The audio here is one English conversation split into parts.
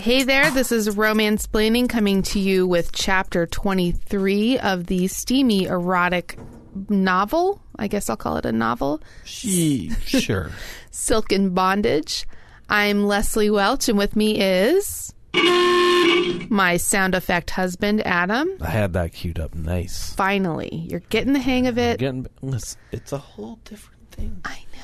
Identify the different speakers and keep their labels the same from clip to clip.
Speaker 1: Hey there, this is Romance Planning coming to you with chapter 23 of the steamy erotic novel. I guess I'll call it a novel,
Speaker 2: She, sure.
Speaker 1: Silk and Bondage. I'm Leslie Welch, and with me is my sound effect husband, Adam.
Speaker 2: I had that queued up nice.
Speaker 1: Finally, you're getting the hang of it.
Speaker 2: Getting, it's, it's a whole different thing.
Speaker 1: I know.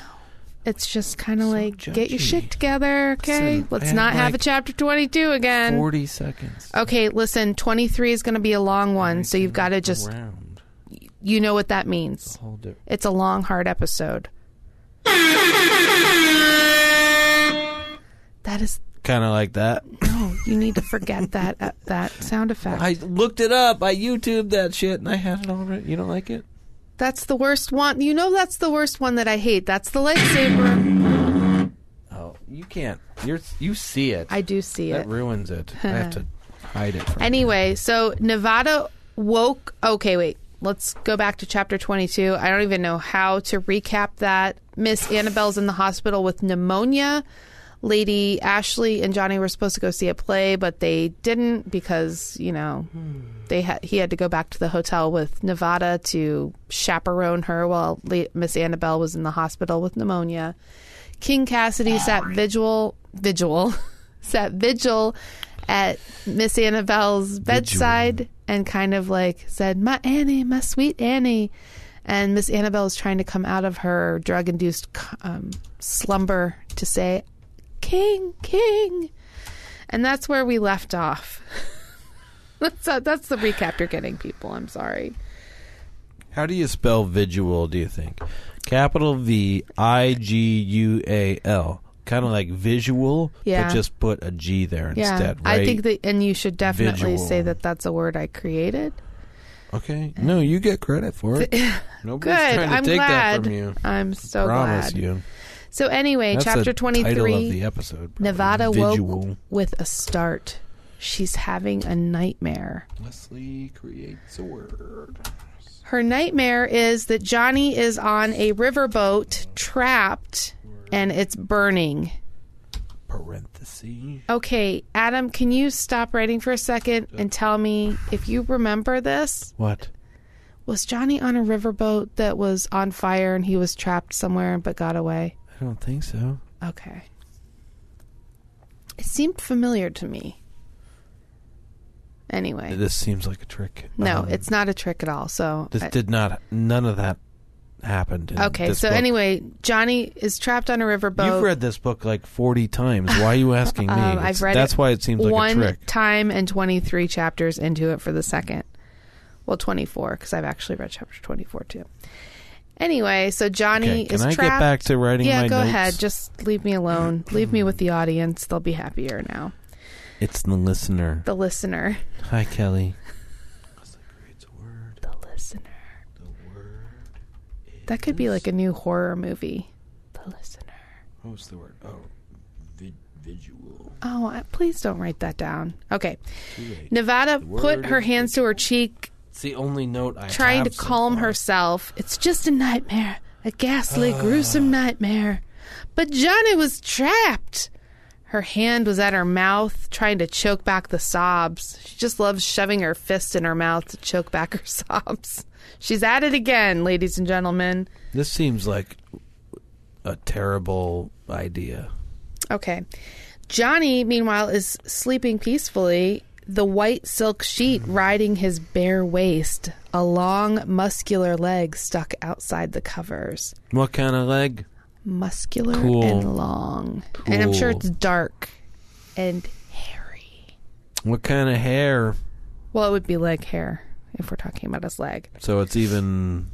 Speaker 1: It's just kind of like, get your
Speaker 2: judgy.
Speaker 1: shit together, okay?
Speaker 2: Listen, I
Speaker 1: Let's
Speaker 2: had
Speaker 1: not have a
Speaker 2: like
Speaker 1: chapter 22 again.
Speaker 2: 40 seconds.
Speaker 1: Okay, listen, 23 is going to be a long one, Oh, so you've got to just,
Speaker 2: Around.
Speaker 1: you know what that means.
Speaker 2: Whole different.
Speaker 1: It's a long, hard episode. That is,
Speaker 2: Kind of like that.
Speaker 1: no, you need to forget that uh, that sound effect.
Speaker 2: I looked it up. I YouTubed that shit and I had it already. You don't like it?
Speaker 1: that's the worst one. You know, that's the worst one that I hate. That's the lightsaber.
Speaker 2: Oh, you can't. You're, you see it.
Speaker 1: I do see
Speaker 2: that
Speaker 1: it.
Speaker 2: ruins it. I have to hide it from
Speaker 1: Anyway, so Nevada woke. Okay, wait. Let's go back to chapter 22. I don't even know how to recap that. Miss Annabelle's in the hospital with pneumonia. Lady Ashley and Johnny were supposed to go see a play, but they didn't because, you know, they ha- he had to go back to the hotel with Nevada to chaperone her while La- Miss Annabelle was in the hospital with pneumonia. King Cassidy sat vigil, vigil, sat vigil at Miss Annabelle's bedside and kind of like said, "My Annie, my sweet Annie," and Miss Annabelle is trying to come out of her drug-induced um, slumber to say, "King, King," and that's where we left off. that's uh, that's the recap you're getting, people. I'm sorry.
Speaker 2: How do you spell visual, do you think? Capital V I G U A L. Kind of like visual,
Speaker 1: Yeah.
Speaker 2: but just put a G there
Speaker 1: Yeah,
Speaker 2: instead, right?
Speaker 1: I think that, and you should definitely
Speaker 2: Visual.
Speaker 1: say that that's a word I created.
Speaker 2: Okay. No, you get credit for it. Nobody's
Speaker 1: Good.
Speaker 2: trying to
Speaker 1: I'm
Speaker 2: take
Speaker 1: glad.
Speaker 2: that from you.
Speaker 1: I'm so
Speaker 2: Promise
Speaker 1: glad.
Speaker 2: you.
Speaker 1: So anyway,
Speaker 2: That's
Speaker 1: chapter
Speaker 2: the Title of
Speaker 1: 23,
Speaker 2: the episode. probably.
Speaker 1: Nevada
Speaker 2: visual.
Speaker 1: woke with a start. She's having a nightmare.
Speaker 2: Leslie creates a word.
Speaker 1: Her nightmare is that Johnny is on a riverboat trapped and it's burning.
Speaker 2: Parenthesis.
Speaker 1: Okay, Adam, can you stop writing for a second and tell me if you remember this?
Speaker 2: What?
Speaker 1: Was Johnny on a riverboat that was on fire and he was trapped somewhere but got away?
Speaker 2: I don't think so.
Speaker 1: Okay. It seemed familiar to me. Anyway,
Speaker 2: This seems like a trick.
Speaker 1: no,
Speaker 2: Um,
Speaker 1: it's not a trick at all. So,
Speaker 2: This
Speaker 1: I-
Speaker 2: did not. None of that happened. in
Speaker 1: okay.
Speaker 2: this
Speaker 1: So
Speaker 2: book.
Speaker 1: anyway, Johnny is trapped on a riverboat.
Speaker 2: You've read this book like 40 times. Why are you asking me?
Speaker 1: Um,
Speaker 2: It's-
Speaker 1: I've read
Speaker 2: that's
Speaker 1: it
Speaker 2: why it seems like
Speaker 1: one
Speaker 2: a trick.
Speaker 1: time and twenty three chapters into it for the second. Well, twenty four because I've actually read chapter twenty four too. Anyway, so Johnny
Speaker 2: Okay, can
Speaker 1: is
Speaker 2: I
Speaker 1: trapped.
Speaker 2: get back to writing
Speaker 1: yeah,
Speaker 2: my
Speaker 1: go
Speaker 2: notes?
Speaker 1: ahead. Just leave me alone. leave me with the audience. They'll be happier now.
Speaker 2: It's the listener.
Speaker 1: The listener.
Speaker 2: Hi, Kelly.
Speaker 1: The listener. That could be like a new horror movie. The listener.
Speaker 2: What was the word? Oh, visual.
Speaker 1: Oh, I- please don't write that down. Okay. Nevada put her hands to her cheek,
Speaker 2: It's the only note I
Speaker 1: trying to
Speaker 2: have so
Speaker 1: calm
Speaker 2: far.
Speaker 1: herself. It's just a nightmare, a ghastly, gruesome nightmare. But Johnny was trapped. Her hand was at her mouth, trying to choke back the sobs. She just loves shoving her fist in her mouth to choke back her sobs. She's at it again, ladies and gentlemen.
Speaker 2: This seems like a terrible idea.
Speaker 1: Okay. Johnny, meanwhile, is sleeping peacefully, the white silk sheet riding his bare waist, a long, muscular leg stuck outside the covers.
Speaker 2: What kind of leg?
Speaker 1: Muscular
Speaker 2: Cool.
Speaker 1: and long. And I'm sure
Speaker 2: Cool.
Speaker 1: it's dark and hairy.
Speaker 2: What kind of hair?
Speaker 1: Well, it would be leg hair if we're talking about his leg.
Speaker 2: So it's even.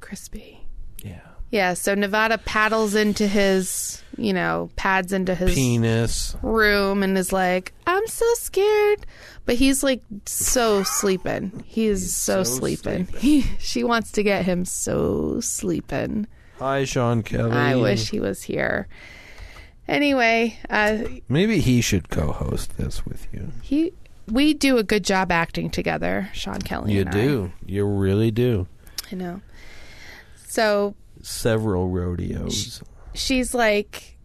Speaker 1: Crispy.
Speaker 2: Yeah.
Speaker 1: Yeah, so Nevada paddles into his, you know, pads into his
Speaker 2: Penis.
Speaker 1: room and is like, I'm so scared. But he's like so sleeping. He is so,
Speaker 2: so
Speaker 1: sleeping. He, she wants to get him so sleeping.
Speaker 2: Hi, Sean Kelly.
Speaker 1: I wish he was here. Anyway, uh,
Speaker 2: Maybe he should co host this with you.
Speaker 1: he we do a good job acting together, Sean Kelly.
Speaker 2: You
Speaker 1: and I.
Speaker 2: do. You really do.
Speaker 1: I know. So
Speaker 2: Several rodeos.
Speaker 1: she's like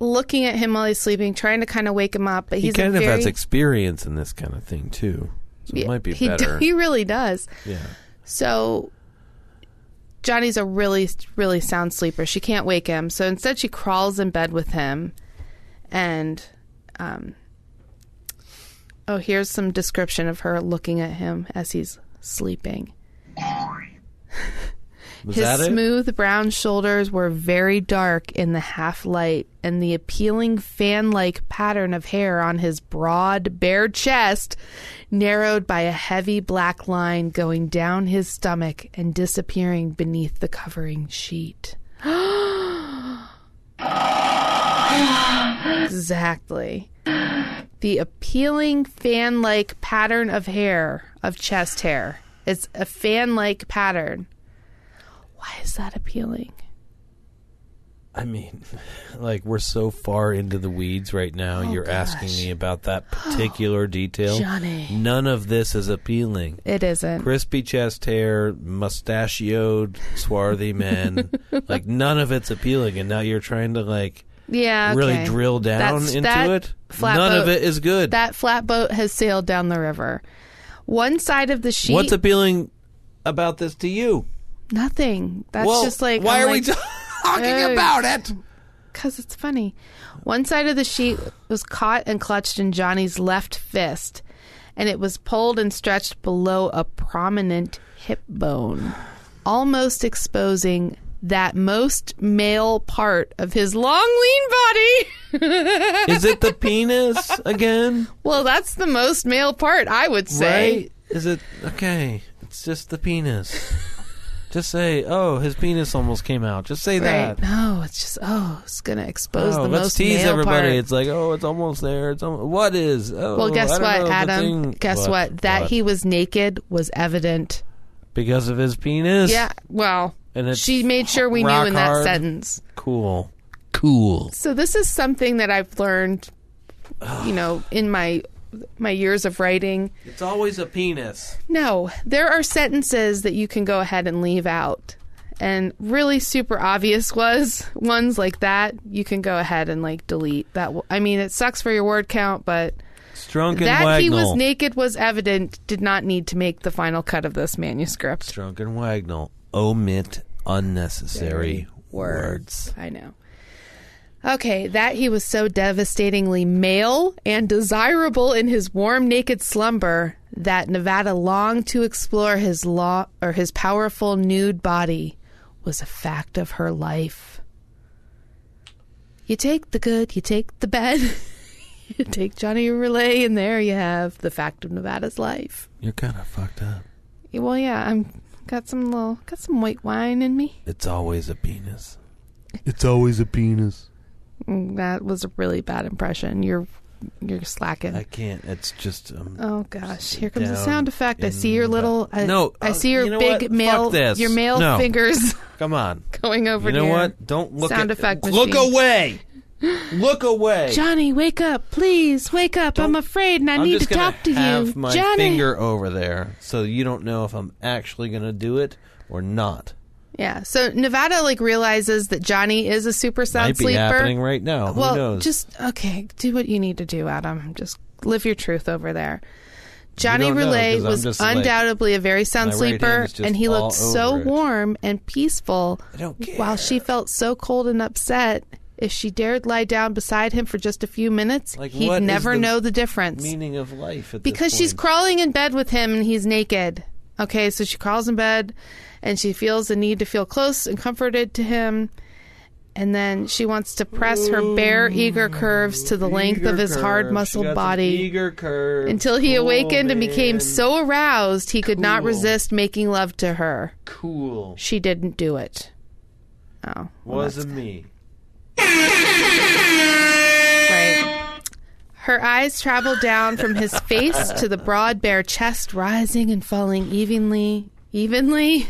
Speaker 1: looking at him while he's sleeping, trying to kind of wake him up. But
Speaker 2: he
Speaker 1: he's a
Speaker 2: kind of
Speaker 1: very,
Speaker 2: has experience in this kind of thing too, so it might be
Speaker 1: he,
Speaker 2: better.
Speaker 1: He really does.
Speaker 2: yeah,
Speaker 1: So Johnny's a really, really sound sleeper. She can't wake him. So instead, she crawls in bed with him. And, um, oh, here's some description of her looking at him as he's sleeping.
Speaker 2: was
Speaker 1: His
Speaker 2: that it?
Speaker 1: smooth brown shoulders were very dark in the half light, and the appealing fan like pattern of hair on his broad, bare chest narrowed by a heavy black line going down his stomach and disappearing beneath the covering sheet. exactly. The appealing fan like pattern of hair, of chest hair. It's a fan like pattern. Why is that appealing?
Speaker 2: I mean, like we're so far into the weeds right now.
Speaker 1: Oh,
Speaker 2: you're asking me about that particular detail.
Speaker 1: Johnny.
Speaker 2: None of this is appealing.
Speaker 1: It isn't.
Speaker 2: Crispy chest hair, mustachioed, swarthy men. like none of it's appealing, and now you're trying to like
Speaker 1: yeah,
Speaker 2: really
Speaker 1: okay.
Speaker 2: drill down
Speaker 1: That's-
Speaker 2: into
Speaker 1: that
Speaker 2: it.
Speaker 1: flatboat-
Speaker 2: None of it is good.
Speaker 1: That flatboat has sailed down the river. One side of the sheet,
Speaker 2: What's appealing about this to you?
Speaker 1: nothing. That's
Speaker 2: Well,
Speaker 1: just like
Speaker 2: why
Speaker 1: I'm
Speaker 2: are we
Speaker 1: like,
Speaker 2: talking
Speaker 1: Hey.
Speaker 2: about it?
Speaker 1: Because it's funny. One side of the sheet was caught and clutched in Johnny's left fist, and it was pulled and stretched below a prominent hip bone, almost exposing that most male part of his long, lean body.
Speaker 2: Is it the penis again?
Speaker 1: well, that's the most male part, I would say.
Speaker 2: Right? Is it okay? It's just the penis. just say, oh, his penis almost came out. Just say
Speaker 1: Right.
Speaker 2: that.
Speaker 1: No, it's just oh, it's gonna expose
Speaker 2: Oh,
Speaker 1: the
Speaker 2: let's
Speaker 1: most
Speaker 2: tease
Speaker 1: male
Speaker 2: everybody.
Speaker 1: part.
Speaker 2: It's like, oh, it's almost there. It's almost, what is? Oh,
Speaker 1: well, guess
Speaker 2: I don't
Speaker 1: what,
Speaker 2: know, the
Speaker 1: Adam?
Speaker 2: thing-
Speaker 1: Guess what? That he was naked was evident.
Speaker 2: because of his penis.
Speaker 1: Yeah. Well,
Speaker 2: and it's
Speaker 1: she made sure we knew
Speaker 2: rock
Speaker 1: in that
Speaker 2: hard.
Speaker 1: sentence.
Speaker 2: cool, cool.
Speaker 1: So this is something that I've learned, you know, in my my years of writing.
Speaker 2: It's always a penis.
Speaker 1: No, there are sentences that you can go ahead and leave out. And really super obvious was ones like that you can go ahead and like delete that. w- I mean, it sucks for your word count, but
Speaker 2: Strunk and
Speaker 1: that
Speaker 2: Wagnall.
Speaker 1: he was naked was evident did not need to make the final cut of this manuscript
Speaker 2: Strunk and Wagnall omit unnecessary words.
Speaker 1: i know okay that he was so devastatingly male and desirable in his warm naked slumber that nevada longed to explore his law or his powerful nude body was a fact of her life you take the good you take the bad you take johnny relay and there you have the fact of nevada's life
Speaker 2: You're kind of fucked up.
Speaker 1: Yeah, Well, yeah, I'm got some little got some white wine in me.
Speaker 2: It's always a penis.
Speaker 3: It's always a penis.
Speaker 1: Mm, That was a really bad impression. You're you're slacking.
Speaker 2: I can't. It's just. Um,
Speaker 1: oh gosh, here comes the
Speaker 2: down
Speaker 1: sound effect. I see
Speaker 2: in
Speaker 1: your
Speaker 2: the-
Speaker 1: little I,
Speaker 2: No,
Speaker 1: I
Speaker 2: uh,
Speaker 1: see your
Speaker 2: you know
Speaker 1: big
Speaker 2: what?
Speaker 1: male
Speaker 2: Fuck this.
Speaker 1: your male
Speaker 2: No.
Speaker 1: fingers
Speaker 2: Come on.
Speaker 1: going over
Speaker 2: You know
Speaker 1: to your-
Speaker 2: what? Don't look
Speaker 1: sound
Speaker 2: at
Speaker 1: effect
Speaker 2: Look
Speaker 1: machine.
Speaker 2: away. Look away.
Speaker 1: Johnny, wake up, please wake up. I'm
Speaker 2: Don't-
Speaker 1: afraid and I
Speaker 2: I'm
Speaker 1: need to
Speaker 2: just gonna
Speaker 1: talk to
Speaker 2: have
Speaker 1: you.
Speaker 2: my
Speaker 1: Johnny.
Speaker 2: finger over there so you don't know if I'm actually going to do it or not.
Speaker 1: Yeah. So Nevada like realizes that Johnny is a super sound
Speaker 2: Might be
Speaker 1: sleeper.
Speaker 2: happening right now.
Speaker 1: well,
Speaker 2: Who knows?
Speaker 1: just okay. Do what you need to do, Adam. Just live your truth over there. Johnny
Speaker 2: don't know,
Speaker 1: Relay
Speaker 2: 'cause I'm
Speaker 1: was
Speaker 2: just, like,
Speaker 1: undoubtedly a very sound
Speaker 2: my right hand
Speaker 1: sleeper,
Speaker 2: is just
Speaker 1: and he
Speaker 2: all
Speaker 1: looked so
Speaker 2: over it.
Speaker 1: warm and peaceful.
Speaker 2: I don't care.
Speaker 1: While she felt so cold and upset, if she dared lie down beside him for just a few minutes,
Speaker 2: Like,
Speaker 1: he'd
Speaker 2: what is
Speaker 1: never
Speaker 2: the
Speaker 1: know the difference
Speaker 2: Meaning of life at this
Speaker 1: because she's
Speaker 2: point.
Speaker 1: crawling in bed with him and he's naked. Okay, so she crawls in bed and she feels the need to feel close and comforted to him. And then she wants to press her bare, eager curves to the length
Speaker 2: Eager
Speaker 1: of his hard
Speaker 2: curve. She got
Speaker 1: muscled
Speaker 2: some
Speaker 1: body
Speaker 2: Eager curve.
Speaker 1: until he
Speaker 2: Cool,
Speaker 1: awakened and became
Speaker 2: man.
Speaker 1: so aroused he could not
Speaker 2: Cool.
Speaker 1: resist making love to her.
Speaker 2: cool.
Speaker 1: She didn't do it. Oh, well, that's
Speaker 2: Wasn't me.
Speaker 1: Right. Her eyes traveled down from his face to the broad bare chest, rising and falling evenly, evenly,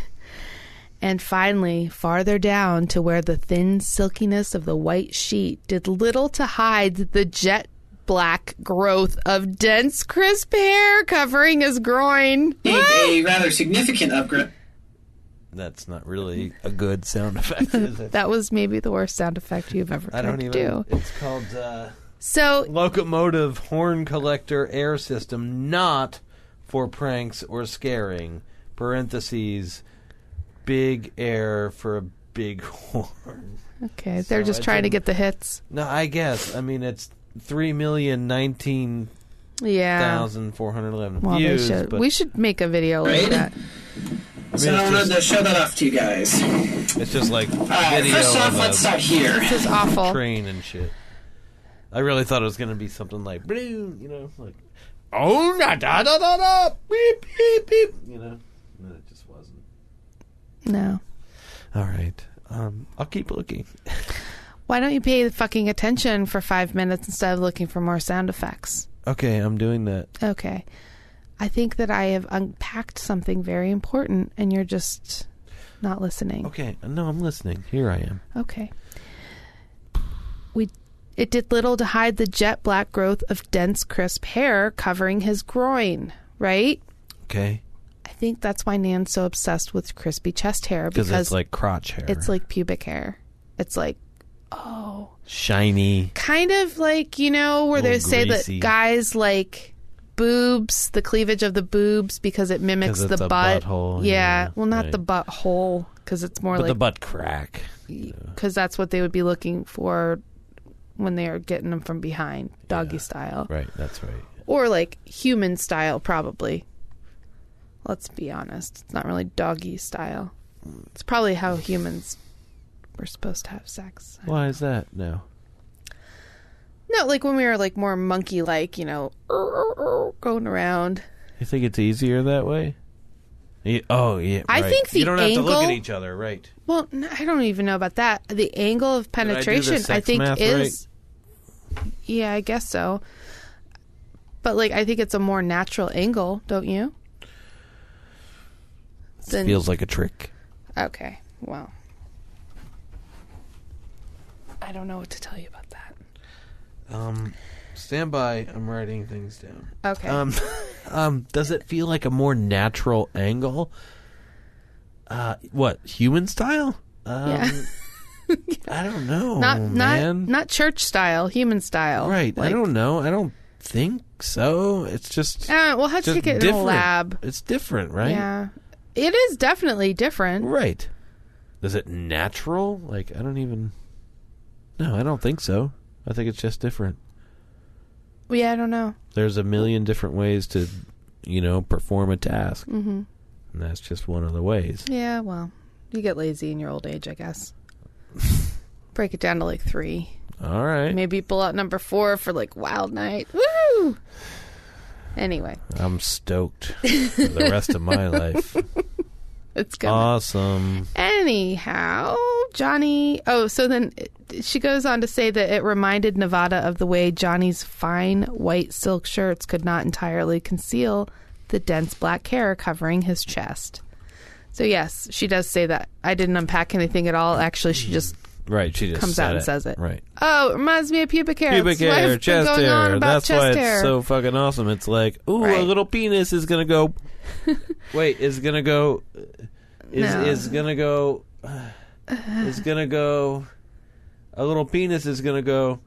Speaker 1: and finally farther down to where the thin silkiness of the white sheet did little to hide the jet black growth of dense, crisp hair covering his groin.
Speaker 4: Made a rather significant upgrade.
Speaker 2: That's not really a good sound effect, is it?
Speaker 1: That was maybe the worst sound effect you've ever
Speaker 2: I
Speaker 1: tried
Speaker 2: don't
Speaker 1: to
Speaker 2: even.
Speaker 1: do.
Speaker 2: It's called uh,
Speaker 1: So
Speaker 2: locomotive horn collector air system, not for pranks or scaring. Parentheses, big air for a big horn.
Speaker 1: okay, they're
Speaker 2: So
Speaker 1: just
Speaker 2: I
Speaker 1: trying to
Speaker 2: didn't-
Speaker 1: get the hits.
Speaker 2: No, I guess. I mean, it's three million nineteen
Speaker 1: Yeah.
Speaker 2: thousand four hundred eleven
Speaker 1: Well,
Speaker 2: views.
Speaker 1: they should.
Speaker 2: But
Speaker 1: We should make a video like
Speaker 4: Right?
Speaker 1: that.
Speaker 2: I
Speaker 4: So
Speaker 2: mean,
Speaker 4: I
Speaker 2: it's,
Speaker 4: wanted
Speaker 2: just,
Speaker 4: to show that off to you guys.
Speaker 2: it's just like
Speaker 4: Alright,
Speaker 2: video
Speaker 4: first off,
Speaker 2: of
Speaker 4: let's
Speaker 2: a
Speaker 4: start here.
Speaker 1: This is awful.
Speaker 2: train and shit. I really thought it was gonna be something like, "Blue," you know, like, oh da da da da da, beep beep beep, you know. No, it just wasn't.
Speaker 1: No.
Speaker 2: All right, um, I'll keep looking.
Speaker 1: Why don't you pay the fucking attention for five minutes instead of looking for more sound effects?
Speaker 2: Okay, I'm doing that.
Speaker 1: Okay. I think that I have unpacked something very important and you're just not listening.
Speaker 2: Okay, no, I'm listening. Here I am.
Speaker 1: Okay. We it did little to hide the jet black growth of dense crisp hair covering his groin, right?
Speaker 2: Okay,
Speaker 1: I think that's why Nan's so obsessed with crispy chest hair
Speaker 2: because
Speaker 1: because
Speaker 2: it's like crotch hair.
Speaker 1: it's like pubic hair. It's like oh,
Speaker 2: shiny.
Speaker 1: kind of like you know where they
Speaker 2: Little
Speaker 1: say
Speaker 2: greasy.
Speaker 1: that guys like boobs, the cleavage of the boobs because it mimics
Speaker 2: 'Cause it's
Speaker 1: the
Speaker 2: a
Speaker 1: butt.
Speaker 2: butthole,
Speaker 1: yeah.
Speaker 2: yeah,
Speaker 1: well, not
Speaker 2: right.
Speaker 1: the butthole because it's more
Speaker 2: But the
Speaker 1: like
Speaker 2: butt crack.
Speaker 1: because that's what they would be looking for when they are getting them from behind, doggy style,
Speaker 2: Right, that's right.
Speaker 1: or like human style, probably. Let's be honest; it's not really doggy style. It's probably how humans were supposed to have sex.
Speaker 2: Why is that now?
Speaker 1: No, like when we were like more monkey-like, you know, going around.
Speaker 2: You think it's easier that way? Y- Oh yeah,
Speaker 1: I
Speaker 2: right.
Speaker 1: think the
Speaker 2: you don't have to look at
Speaker 1: angle-
Speaker 2: each other, right?
Speaker 1: Well, no, I don't even know about that. The angle of
Speaker 2: I do the
Speaker 1: penetration, I,
Speaker 2: sex
Speaker 1: think,
Speaker 2: math
Speaker 1: is. Yeah, I guess so. But like, I think it's a more natural angle, don't you? Then-
Speaker 2: Feels like a trick.
Speaker 1: okay. Well, I don't know what to tell you about that.
Speaker 2: Um, stand by. I'm writing things down.
Speaker 1: Okay.
Speaker 2: Um, um, does it feel like a more natural angle? Uh, what human style? Um,
Speaker 1: yeah.
Speaker 2: I don't know.
Speaker 1: not
Speaker 2: man.
Speaker 1: not not church style, human style.
Speaker 2: right. I
Speaker 1: Like,
Speaker 2: don't know. I don't think so. It's just
Speaker 1: Uh, we'll have to
Speaker 2: just
Speaker 1: take it in a
Speaker 2: different.
Speaker 1: lab.
Speaker 2: It's different, right?
Speaker 1: Yeah. It is definitely different.
Speaker 2: Right. Is it natural? Like I don't even. No, I don't think so. I think it's just different.
Speaker 1: Yeah, I don't know.
Speaker 2: There's a million different ways to, you know, perform a task, mm-hmm. and that's just one of the ways.
Speaker 1: Yeah, well, you get lazy in your old age, I guess. Break it down to like three.
Speaker 2: All right.
Speaker 1: Maybe pull out number four for like Wild Night. Woo! Anyway,
Speaker 2: I'm stoked for the rest of my life.
Speaker 1: it's
Speaker 2: Uh,
Speaker 1: good.
Speaker 2: Awesome.
Speaker 1: Anyhow, Johnny. Oh, so then it- she goes on to say that it reminded Nevada of the way Johnny's fine white silk shirts could not entirely conceal the dense black hair covering his chest. So, yes, she does say that. I didn't unpack anything at all. Actually, she just,
Speaker 2: Right, she just
Speaker 1: Comes
Speaker 2: said
Speaker 1: out and says it.
Speaker 2: Right.
Speaker 1: oh, it reminds me of pubic hair.
Speaker 2: Pubic
Speaker 1: That's why
Speaker 2: hair,
Speaker 1: I've been
Speaker 2: chest
Speaker 1: going on
Speaker 2: hair.
Speaker 1: about
Speaker 2: That's
Speaker 1: chest
Speaker 2: why it's
Speaker 1: hair.
Speaker 2: so fucking awesome. It's like, ooh, a
Speaker 1: Right.
Speaker 2: little penis is gonna go. Wait, is gonna go. Is
Speaker 1: No.
Speaker 2: is gonna go. Is gonna go. A little penis is gonna go.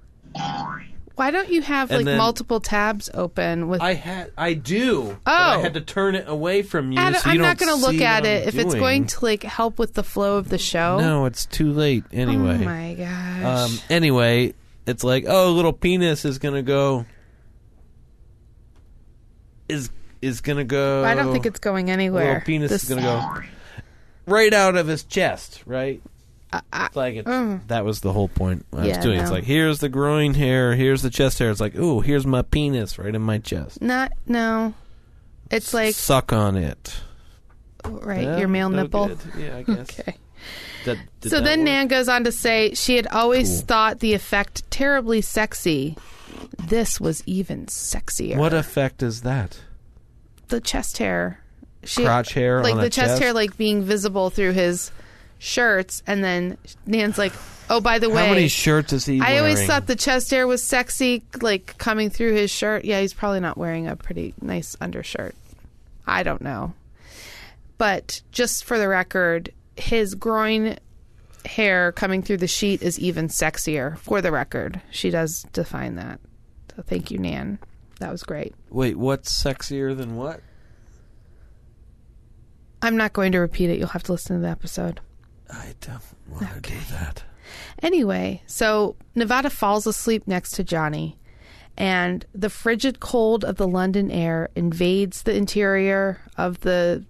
Speaker 1: Why don't you have
Speaker 2: And
Speaker 1: like
Speaker 2: then-
Speaker 1: multiple tabs open with.
Speaker 2: I had. I do. but I
Speaker 1: Oh.
Speaker 2: had to turn it away from you.
Speaker 1: I
Speaker 2: so
Speaker 1: don't-
Speaker 2: you
Speaker 1: I'm not
Speaker 2: don't
Speaker 1: going to look
Speaker 2: see
Speaker 1: at
Speaker 2: what I'm
Speaker 1: it if it's
Speaker 2: doing.
Speaker 1: going to like help with the flow of the show.
Speaker 2: No, it's too late. Anyway.
Speaker 1: Oh my gosh.
Speaker 2: Um, anyway, it's like, oh, little penis is gonna go. Is is gonna go?
Speaker 1: I don't think it's going anywhere.
Speaker 2: Little penis
Speaker 1: This-
Speaker 2: is gonna go right out of his chest, right?
Speaker 1: Uh,
Speaker 2: It's like it's, that was the whole point I
Speaker 1: Oh. Yeah,
Speaker 2: was doing. It's
Speaker 1: no.
Speaker 2: like here's the groin hair, here's the chest hair. It's like, ooh, here's my penis right in my chest.
Speaker 1: Not no. It's like oh,
Speaker 2: Suck on it.
Speaker 1: right
Speaker 2: Yeah,
Speaker 1: your male
Speaker 2: no
Speaker 1: nipple.
Speaker 2: good. Yeah, I guess.
Speaker 1: Okay.
Speaker 2: That- did
Speaker 1: So
Speaker 2: that
Speaker 1: then
Speaker 2: work?
Speaker 1: Nan goes on to say she had always
Speaker 2: Cool.
Speaker 1: thought the effect terribly sexy. This was even sexier.
Speaker 2: what effect is that?
Speaker 1: the chest hair? She,
Speaker 2: Crotch hair
Speaker 1: like
Speaker 2: on
Speaker 1: the
Speaker 2: a
Speaker 1: chest,
Speaker 2: chest?
Speaker 1: hair, like being visible through his shirts, and then Nan's like, "Oh, by the way,
Speaker 2: How many shirts is he?
Speaker 1: I always
Speaker 2: wearing?
Speaker 1: thought the chest hair was sexy, like coming through his shirt. Yeah, he's probably not wearing a pretty nice undershirt. I don't know. But just for the record, his groin hair coming through the sheet is even sexier. For the record, she does define that. So thank you, Nan. That was great.
Speaker 2: Wait, what's sexier than what?
Speaker 1: I'm not going to repeat it. You'll have to listen to the episode.
Speaker 2: I don't want to do that.
Speaker 1: Anyway, so Nevada falls asleep next to Johnny, and the frigid cold of the London air invades the interior of the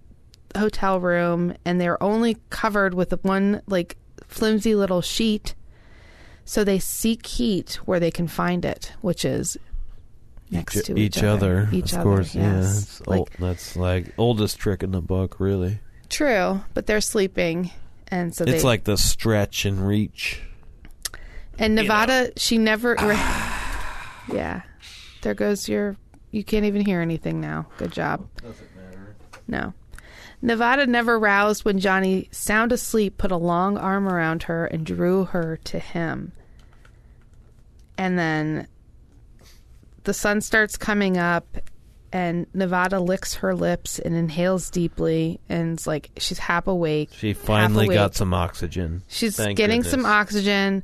Speaker 1: hotel room, and they're only covered with one like flimsy little sheet. So they seek heat where they can find it, which is next
Speaker 2: each,
Speaker 1: to
Speaker 2: each
Speaker 1: each,
Speaker 2: other.
Speaker 1: Each
Speaker 2: of
Speaker 1: other,
Speaker 2: course, yeah.
Speaker 1: yes.
Speaker 2: That's,
Speaker 1: Like-
Speaker 2: old, that's like oldest trick in the book, really.
Speaker 1: True, but they're sleeping, and so
Speaker 2: it's
Speaker 1: they
Speaker 2: like the stretch and reach.
Speaker 1: and Nevada. She never. yeah, there goes your. You can't even hear anything now. Good job.
Speaker 2: Doesn't matter.
Speaker 1: No. Nevada never roused when Johnny, sound asleep, put a long arm around her and drew her to him. And then the sun starts coming up, and Nevada licks her lips and inhales deeply, and it's like she's half awake.
Speaker 2: She finally
Speaker 1: awake.
Speaker 2: got some oxygen.
Speaker 1: She's
Speaker 2: Thank
Speaker 1: getting some
Speaker 2: goodness.
Speaker 1: oxygen,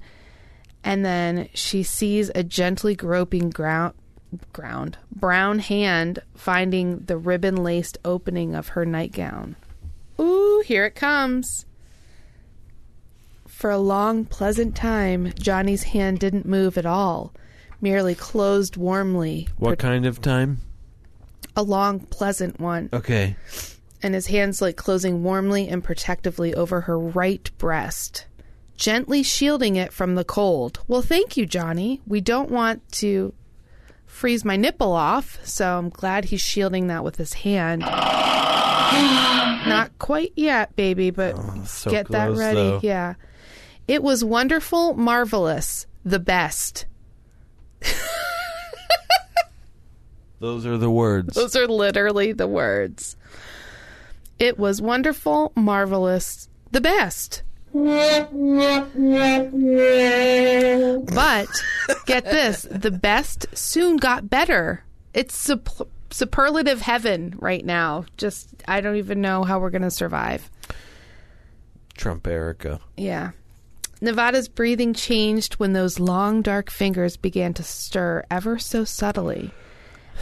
Speaker 1: and then she sees a gently groping ground, ground brown hand finding the ribbon laced opening of her nightgown. Ooh, here it comes. For a long, pleasant time, Johnny's hand didn't move at all, merely closed warmly.
Speaker 2: What kind of time?
Speaker 1: A long, pleasant one
Speaker 2: Okay.
Speaker 1: and his hands like closing warmly and protectively over her right breast, gently shielding it from the cold. Well, thank you, Johnny. We don't want to freeze my nipple off, so I'm glad he's shielding that with his hand. Not quite yet, baby, but
Speaker 2: Oh, so
Speaker 1: get that
Speaker 2: close,
Speaker 1: ready.
Speaker 2: though.
Speaker 1: Yeah. It was wonderful, marvelous, the best.
Speaker 2: Those are the words.
Speaker 1: Those are literally the words. It was wonderful, marvelous, the best. But get this the best soon got better. It's sup- superlative heaven right now. Just, I don't even know how we're going to survive.
Speaker 2: Trump Erica.
Speaker 1: Yeah. Nevada's breathing changed when those long, dark fingers began to stir ever so subtly.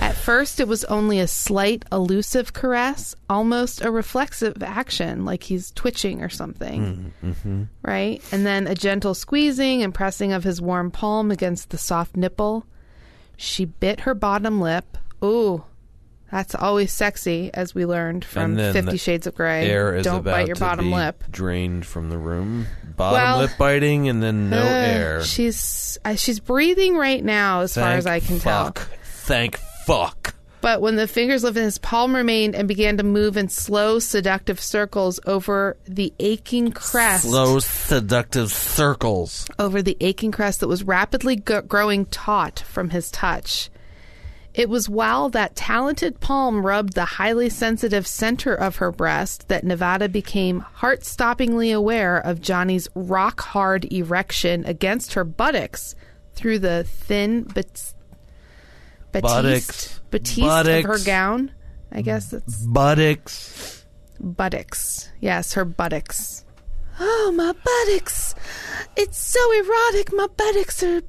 Speaker 1: At first, it was only a slight, elusive caress, almost a reflexive action, like he's twitching or something.
Speaker 2: Mm, mm-hmm.
Speaker 1: Right? And then a gentle squeezing and pressing of his warm palm against the soft nipple. She bit her bottom lip. Ooh, that's always sexy, as we learned from
Speaker 2: And then
Speaker 1: Fifty
Speaker 2: the
Speaker 1: Shades of Grey.
Speaker 2: air is
Speaker 1: Don't
Speaker 2: about
Speaker 1: bite your
Speaker 2: to
Speaker 1: bottom
Speaker 2: be
Speaker 1: lip.
Speaker 2: drained from the room. Bottom
Speaker 1: Well- uh,
Speaker 2: lip biting and then no
Speaker 1: Ugh,
Speaker 2: air.
Speaker 1: She's uh, she's breathing right now, as far
Speaker 2: Thank
Speaker 1: as I can
Speaker 2: fuck.
Speaker 1: tell.
Speaker 2: Thank fuck.
Speaker 1: But when the fingers lifted, his palm remained and began to move in slow, seductive circles over the aching crest,
Speaker 2: Slow seductive circles.
Speaker 1: over the aching crest that was rapidly g- growing taut from his touch. It was while that talented palm rubbed the highly sensitive center of her breast that Nevada became heart-stoppingly aware of Johnny's rock-hard erection against her buttocks through the thin bat-
Speaker 2: Buttocks.
Speaker 1: batiste, batiste of her
Speaker 2: Buttocks.
Speaker 1: gown. I guess it's
Speaker 2: Buttocks.
Speaker 1: buttocks. Yes, her buttocks. Oh, my buttocks! It's so erotic. My buttocks are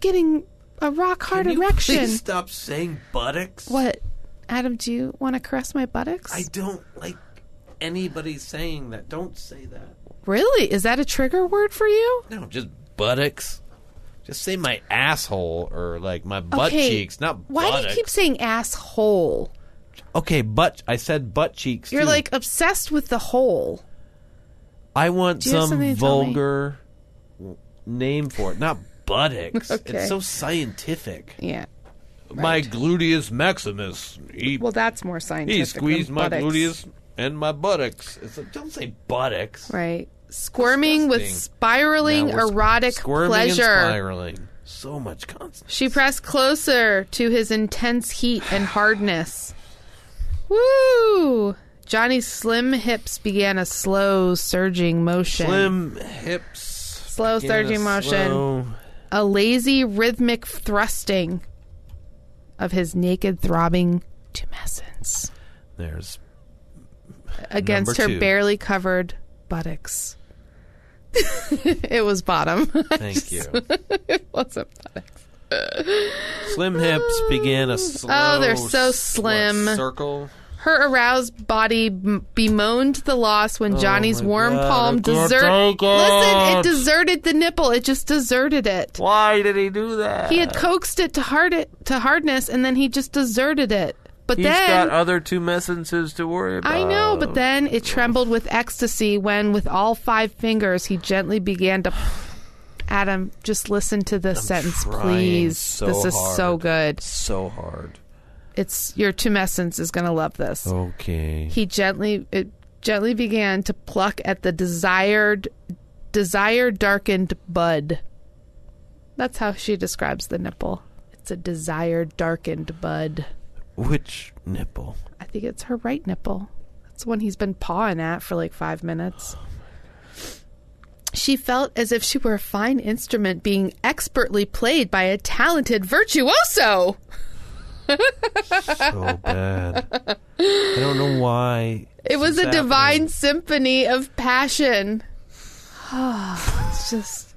Speaker 1: getting a rock-hard erection.
Speaker 2: stop saying buttocks?
Speaker 1: What? Adam, do you want to caress my buttocks?
Speaker 2: don't like anybody saying that. Don't say that.
Speaker 1: really? Is that a trigger word for you?
Speaker 2: No, just buttocks. Just say my asshole or like my butt
Speaker 1: Okay,
Speaker 2: cheeks, not
Speaker 1: Why do
Speaker 2: buttocks.
Speaker 1: you keep saying asshole?
Speaker 2: Okay, butt. I said butt cheeks.
Speaker 1: You're
Speaker 2: too.
Speaker 1: like obsessed with the hole.
Speaker 2: I want
Speaker 1: you have something
Speaker 2: some
Speaker 1: to tell me?
Speaker 2: vulgar w- name for it, not buttocks.
Speaker 1: Okay.
Speaker 2: It's so scientific.
Speaker 1: Yeah.
Speaker 2: My gluteus maximus. He,
Speaker 1: Well, that's more scientific.
Speaker 2: he squeezed
Speaker 1: than
Speaker 2: my
Speaker 1: buttocks.
Speaker 2: gluteus and my buttocks. It's like, don't say buttocks.
Speaker 1: Right. Squirming with
Speaker 2: Disgusting.
Speaker 1: spiraling
Speaker 2: Now we're
Speaker 1: erotic
Speaker 2: squirming
Speaker 1: pleasure.
Speaker 2: And spiraling. So much constant.
Speaker 1: She pressed closer to his intense heat and hardness. Woo! Johnny's slim hips began a slow, surging motion.
Speaker 2: Slim hips. Slow
Speaker 1: surging motion. a lazy rhythmic thrusting of his naked throbbing tumescence
Speaker 2: There's
Speaker 1: against
Speaker 2: Number
Speaker 1: her
Speaker 2: two.
Speaker 1: barely covered buttocks. it was bottom.
Speaker 2: Thank you.
Speaker 1: it wasn't buttocks.
Speaker 2: Slim hips begin a slow.
Speaker 1: Oh, they're so
Speaker 2: sl-
Speaker 1: slim.
Speaker 2: circle.
Speaker 1: Her aroused body m- bemoaned the loss when Johnny's
Speaker 2: Oh my
Speaker 1: warm
Speaker 2: God, Oh, I
Speaker 1: palm
Speaker 2: can't
Speaker 1: deserted.
Speaker 2: take it.
Speaker 1: Listen, it deserted the nipple. It just deserted it.
Speaker 2: Why did he do that?
Speaker 1: He had coaxed it to hard it to hardness, and then he just deserted it. But
Speaker 2: He's
Speaker 1: then
Speaker 2: got Oh. other two messengers to worry about.
Speaker 1: I know, but then it trembled with ecstasy when, with all five fingers, he gently began to. Adam, just listen to this sentence,
Speaker 2: trying
Speaker 1: please.
Speaker 2: so
Speaker 1: this is so
Speaker 2: hard.
Speaker 1: good.
Speaker 2: so hard.
Speaker 1: It's your tumescence is going to love this.
Speaker 2: Okay.
Speaker 1: He gently, it gently began to pluck at the desired, desire darkened bud. That's how she describes the nipple. It's a desire darkened bud.
Speaker 2: Which nipple?
Speaker 1: I think it's her right nipple. That's the one he's been pawing at for like five minutes. She felt as if she were a fine instrument being expertly played by a talented virtuoso.
Speaker 2: So bad. I don't know why.
Speaker 1: It was
Speaker 2: this
Speaker 1: a
Speaker 2: is
Speaker 1: divine symphony of passion. Oh, it's just.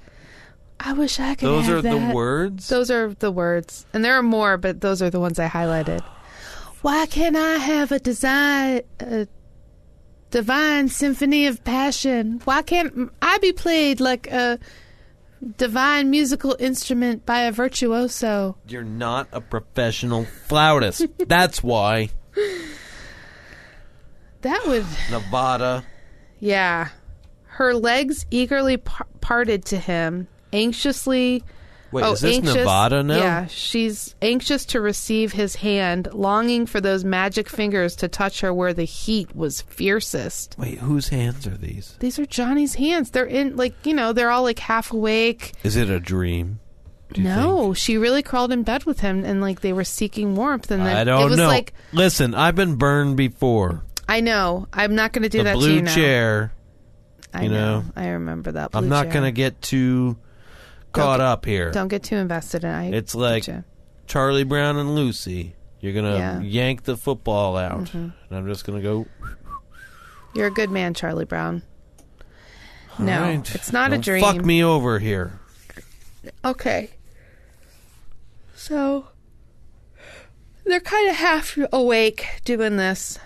Speaker 1: I wish I could.
Speaker 2: happening. Those
Speaker 1: have
Speaker 2: are
Speaker 1: that.
Speaker 2: the words.
Speaker 1: Those are the words, and there are more, but those are the ones I highlighted. Why can't I have a design, a divine symphony of passion? Why can't I be played like a divine musical instrument by a virtuoso?
Speaker 2: You're not a professional flautist. That's why
Speaker 1: That would,
Speaker 2: Nevada.
Speaker 1: yeah. Her legs eagerly par- parted to him, anxiously.
Speaker 2: Wait, is this Nevada now?
Speaker 1: Oh, Yeah, she's anxious to receive his hand, longing for those magic fingers to touch her where the heat was fiercest.
Speaker 2: Wait, whose hands are these?
Speaker 1: These are Johnny's hands. They're in, like, you know, they're all like half awake.
Speaker 2: Is it a dream? Do you
Speaker 1: No, she really crawled in bed with him, and like they were seeking warmth. And
Speaker 2: think?
Speaker 1: then
Speaker 2: I don't
Speaker 1: it was
Speaker 2: know.
Speaker 1: like,
Speaker 2: Listen, I've been burned before.
Speaker 1: I know, I'm not going to do
Speaker 2: the
Speaker 1: that
Speaker 2: blue
Speaker 1: to you now.
Speaker 2: chair.
Speaker 1: I
Speaker 2: you
Speaker 1: know,
Speaker 2: know.
Speaker 1: I remember that.
Speaker 2: I'm
Speaker 1: blue
Speaker 2: not
Speaker 1: chair.
Speaker 2: gonna get too caught
Speaker 1: get-
Speaker 2: up here.
Speaker 1: Don't get too invested in it. I
Speaker 2: It's like-
Speaker 1: get you.
Speaker 2: Charlie Brown and Lucy. You're gonna
Speaker 1: Yeah. Mm-hmm.
Speaker 2: yank the football out, and I'm just gonna go.
Speaker 1: you're a good man, Charlie Brown.
Speaker 2: "All
Speaker 1: No,
Speaker 2: right,
Speaker 1: it's not a
Speaker 2: don't
Speaker 1: dream.
Speaker 2: Fuck me over here.
Speaker 1: Okay. So they're kind of half awake doing this.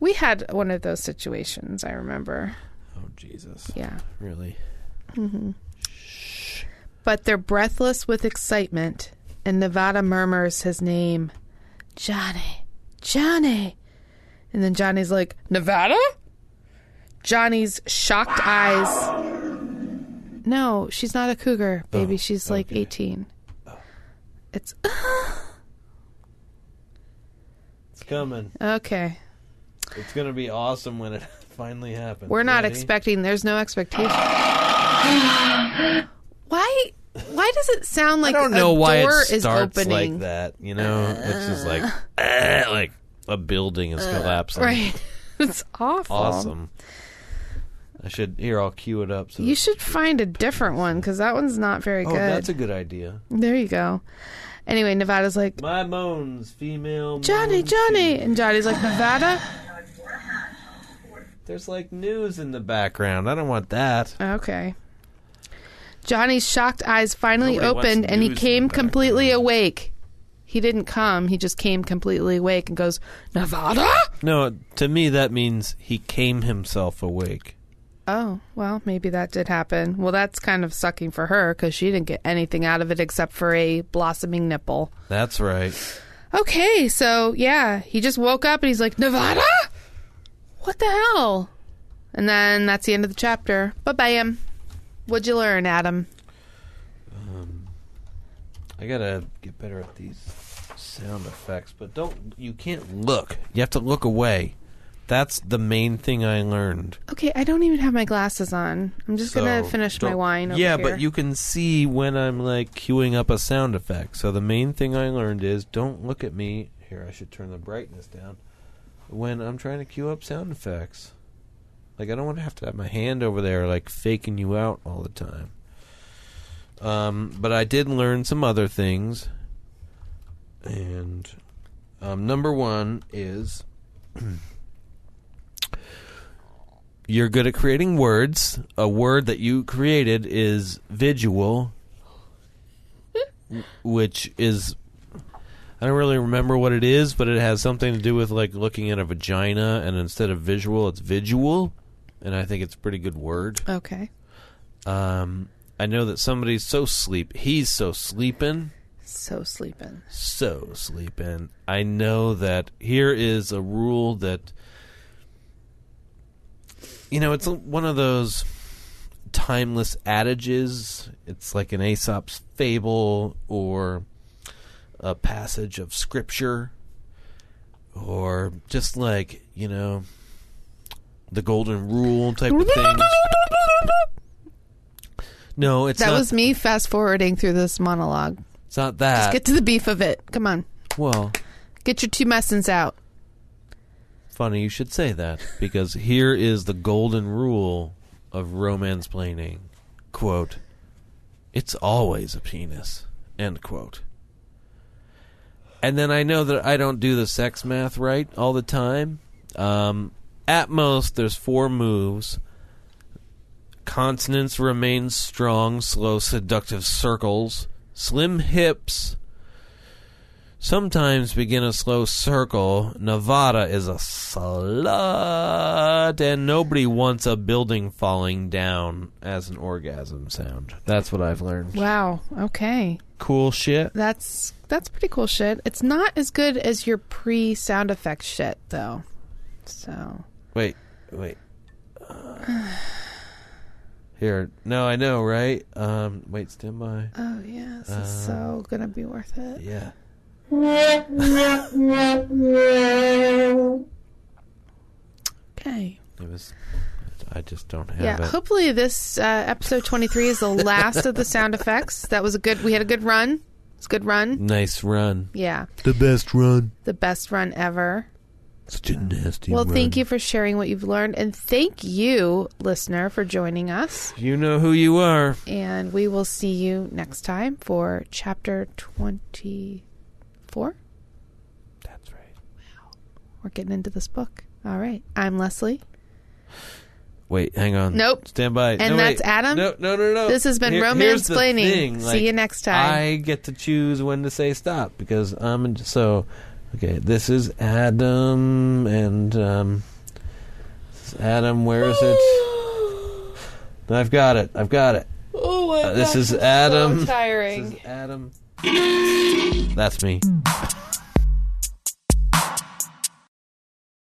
Speaker 1: We had one of those situations, I remember.
Speaker 2: Oh Jesus!
Speaker 1: Yeah.
Speaker 2: Really?
Speaker 1: But they're breathless with excitement, and Nevada murmurs his name Johnny, Johnny. And then Johnny's like, Nevada? Johnny's shocked eyes. No, she's not a cougar, baby.
Speaker 2: Oh,
Speaker 1: she's like
Speaker 2: okay.
Speaker 1: 18. It's
Speaker 2: It's coming.
Speaker 1: okay.
Speaker 2: It's gonna be awesome when it finally happens.
Speaker 1: We're not
Speaker 2: Ready?
Speaker 1: expecting. There's no expectation. why? Why does it sound
Speaker 2: I
Speaker 1: like
Speaker 2: don't know
Speaker 1: a
Speaker 2: why
Speaker 1: door
Speaker 2: it
Speaker 1: is
Speaker 2: starts
Speaker 1: opening? Uh.
Speaker 2: like that. You know, it's just like eh, like a building is collapsing.
Speaker 1: Right. it's awful.
Speaker 2: Awesome. I should here. I'll cue it up. So
Speaker 1: You
Speaker 2: that-
Speaker 1: should find a different one because that one's not very
Speaker 2: oh,
Speaker 1: good.
Speaker 2: that's a good idea.
Speaker 1: there you go. Anyway, Nevada's like
Speaker 2: My moans, female.
Speaker 1: Johnny,
Speaker 2: moans,
Speaker 1: Johnny,
Speaker 2: female."
Speaker 1: and Johnny's like Nevada.
Speaker 2: There's like news in the background. I don't want that.
Speaker 1: Okay. Johnny's shocked eyes finally
Speaker 2: Nobody wants
Speaker 1: opened and he
Speaker 2: news
Speaker 1: came
Speaker 2: in the background.
Speaker 1: completely awake. He didn't come, he just came completely awake and goes, Nevada?
Speaker 2: No, to me that means he came himself awake.
Speaker 1: Oh, well, maybe that did happen. Well, that's kind of sucking for her because she didn't get anything out of it except for a blossoming nipple.
Speaker 2: That's right.
Speaker 1: Okay, so yeah, he just woke up and he's like, Nevada? What the hell? And then that's the end of the chapter. Bye bye. What'd you learn, Adam?
Speaker 2: I gotta get better at these sound effects, but don't you can't look. You have to look away. That's the main thing I learned.
Speaker 1: Okay, I don't even have my glasses on. I'm just gonna
Speaker 2: So,
Speaker 1: finish my
Speaker 2: don't-
Speaker 1: wine. Over
Speaker 2: yeah,
Speaker 1: here.
Speaker 2: but you can see when I'm like queuing up a sound effect. So the main thing I learned is don't look at me. Here, I should turn the brightness down. When I'm trying to queue up sound effects, like I don't want to have to have my hand over there like faking you out all the time. Um, but I did learn some other things, and um, number one is You're good at creating words. A word that you created is visual, w- which is I don't really remember what it is, but it has something to do with like looking at a vagina, and instead of visual, it's visual, and I think it's a pretty good word.
Speaker 1: Okay.
Speaker 2: Um, I know that somebody's so sleep. He's so sleeping.
Speaker 1: So sleeping.
Speaker 2: So sleeping. I know that here is a rule that. You know, it's a- one of those timeless adages. It's like an Aesop's fable or a passage of scripture or just like, you know, the golden rule type of things. No, it's
Speaker 1: that
Speaker 2: not
Speaker 1: was me fast forwarding through this monologue.
Speaker 2: it's not that.
Speaker 1: Let's get to the beef of it. Come on.
Speaker 2: well,
Speaker 1: Get your two messins out.
Speaker 2: Funny you should say that because here is the golden rule of romance planning. Quote, it's always a penis. End quote. And then I know that I don't do the sex math right all the time. Um, at most, there's four moves. Consonants remain strong, slow, seductive circles. Slim hips sometimes begin a slow circle. Nevada is a slut, and nobody wants a building falling down as an orgasm sound. That's what I've learned.
Speaker 1: Wow. Okay.
Speaker 2: Cool shit.
Speaker 1: That's that's pretty cool shit. It's not as good as your pre sound effect shit though. So
Speaker 2: Wait, wait. Uh, here, no, I know, right? Um, wait, stand by.
Speaker 1: Oh yeah, this
Speaker 2: Uh,
Speaker 1: is so gonna be worth it.
Speaker 2: Yeah.
Speaker 1: Okay.
Speaker 2: It was. I just don't have
Speaker 1: Yeah.
Speaker 2: it.
Speaker 1: Hopefully this uh, episode twenty three is the last of the sound effects. That was a good. We had a good run. It's a good run.
Speaker 2: nice run.
Speaker 1: Yeah,
Speaker 3: The best run.
Speaker 1: the best run ever.
Speaker 3: Such a nasty
Speaker 1: Well,
Speaker 3: run.
Speaker 1: thank you for sharing what you've learned, and thank you, listener, for joining us.
Speaker 2: You know who you are.
Speaker 1: And we will see you next time for chapter twenty four.
Speaker 2: That's right.
Speaker 1: We're getting into this book. All right. I'm Leslie.
Speaker 2: Wait, hang on.
Speaker 1: Nope.
Speaker 2: Stand by.
Speaker 1: And
Speaker 2: No,
Speaker 1: that's
Speaker 2: wait.
Speaker 1: Adam?
Speaker 2: No, no, no, no.
Speaker 1: This has been
Speaker 2: here's the
Speaker 1: Romansplaining.
Speaker 2: thing,
Speaker 1: See you next time.
Speaker 2: I get to choose when to say stop because I'm in, so. Okay, this is Adam and um, this is Adam. Where is it? I've got it. I've got it.
Speaker 1: Oh, my
Speaker 2: Uh, this is Adam.
Speaker 1: tiring.
Speaker 2: This is Adam. That's me.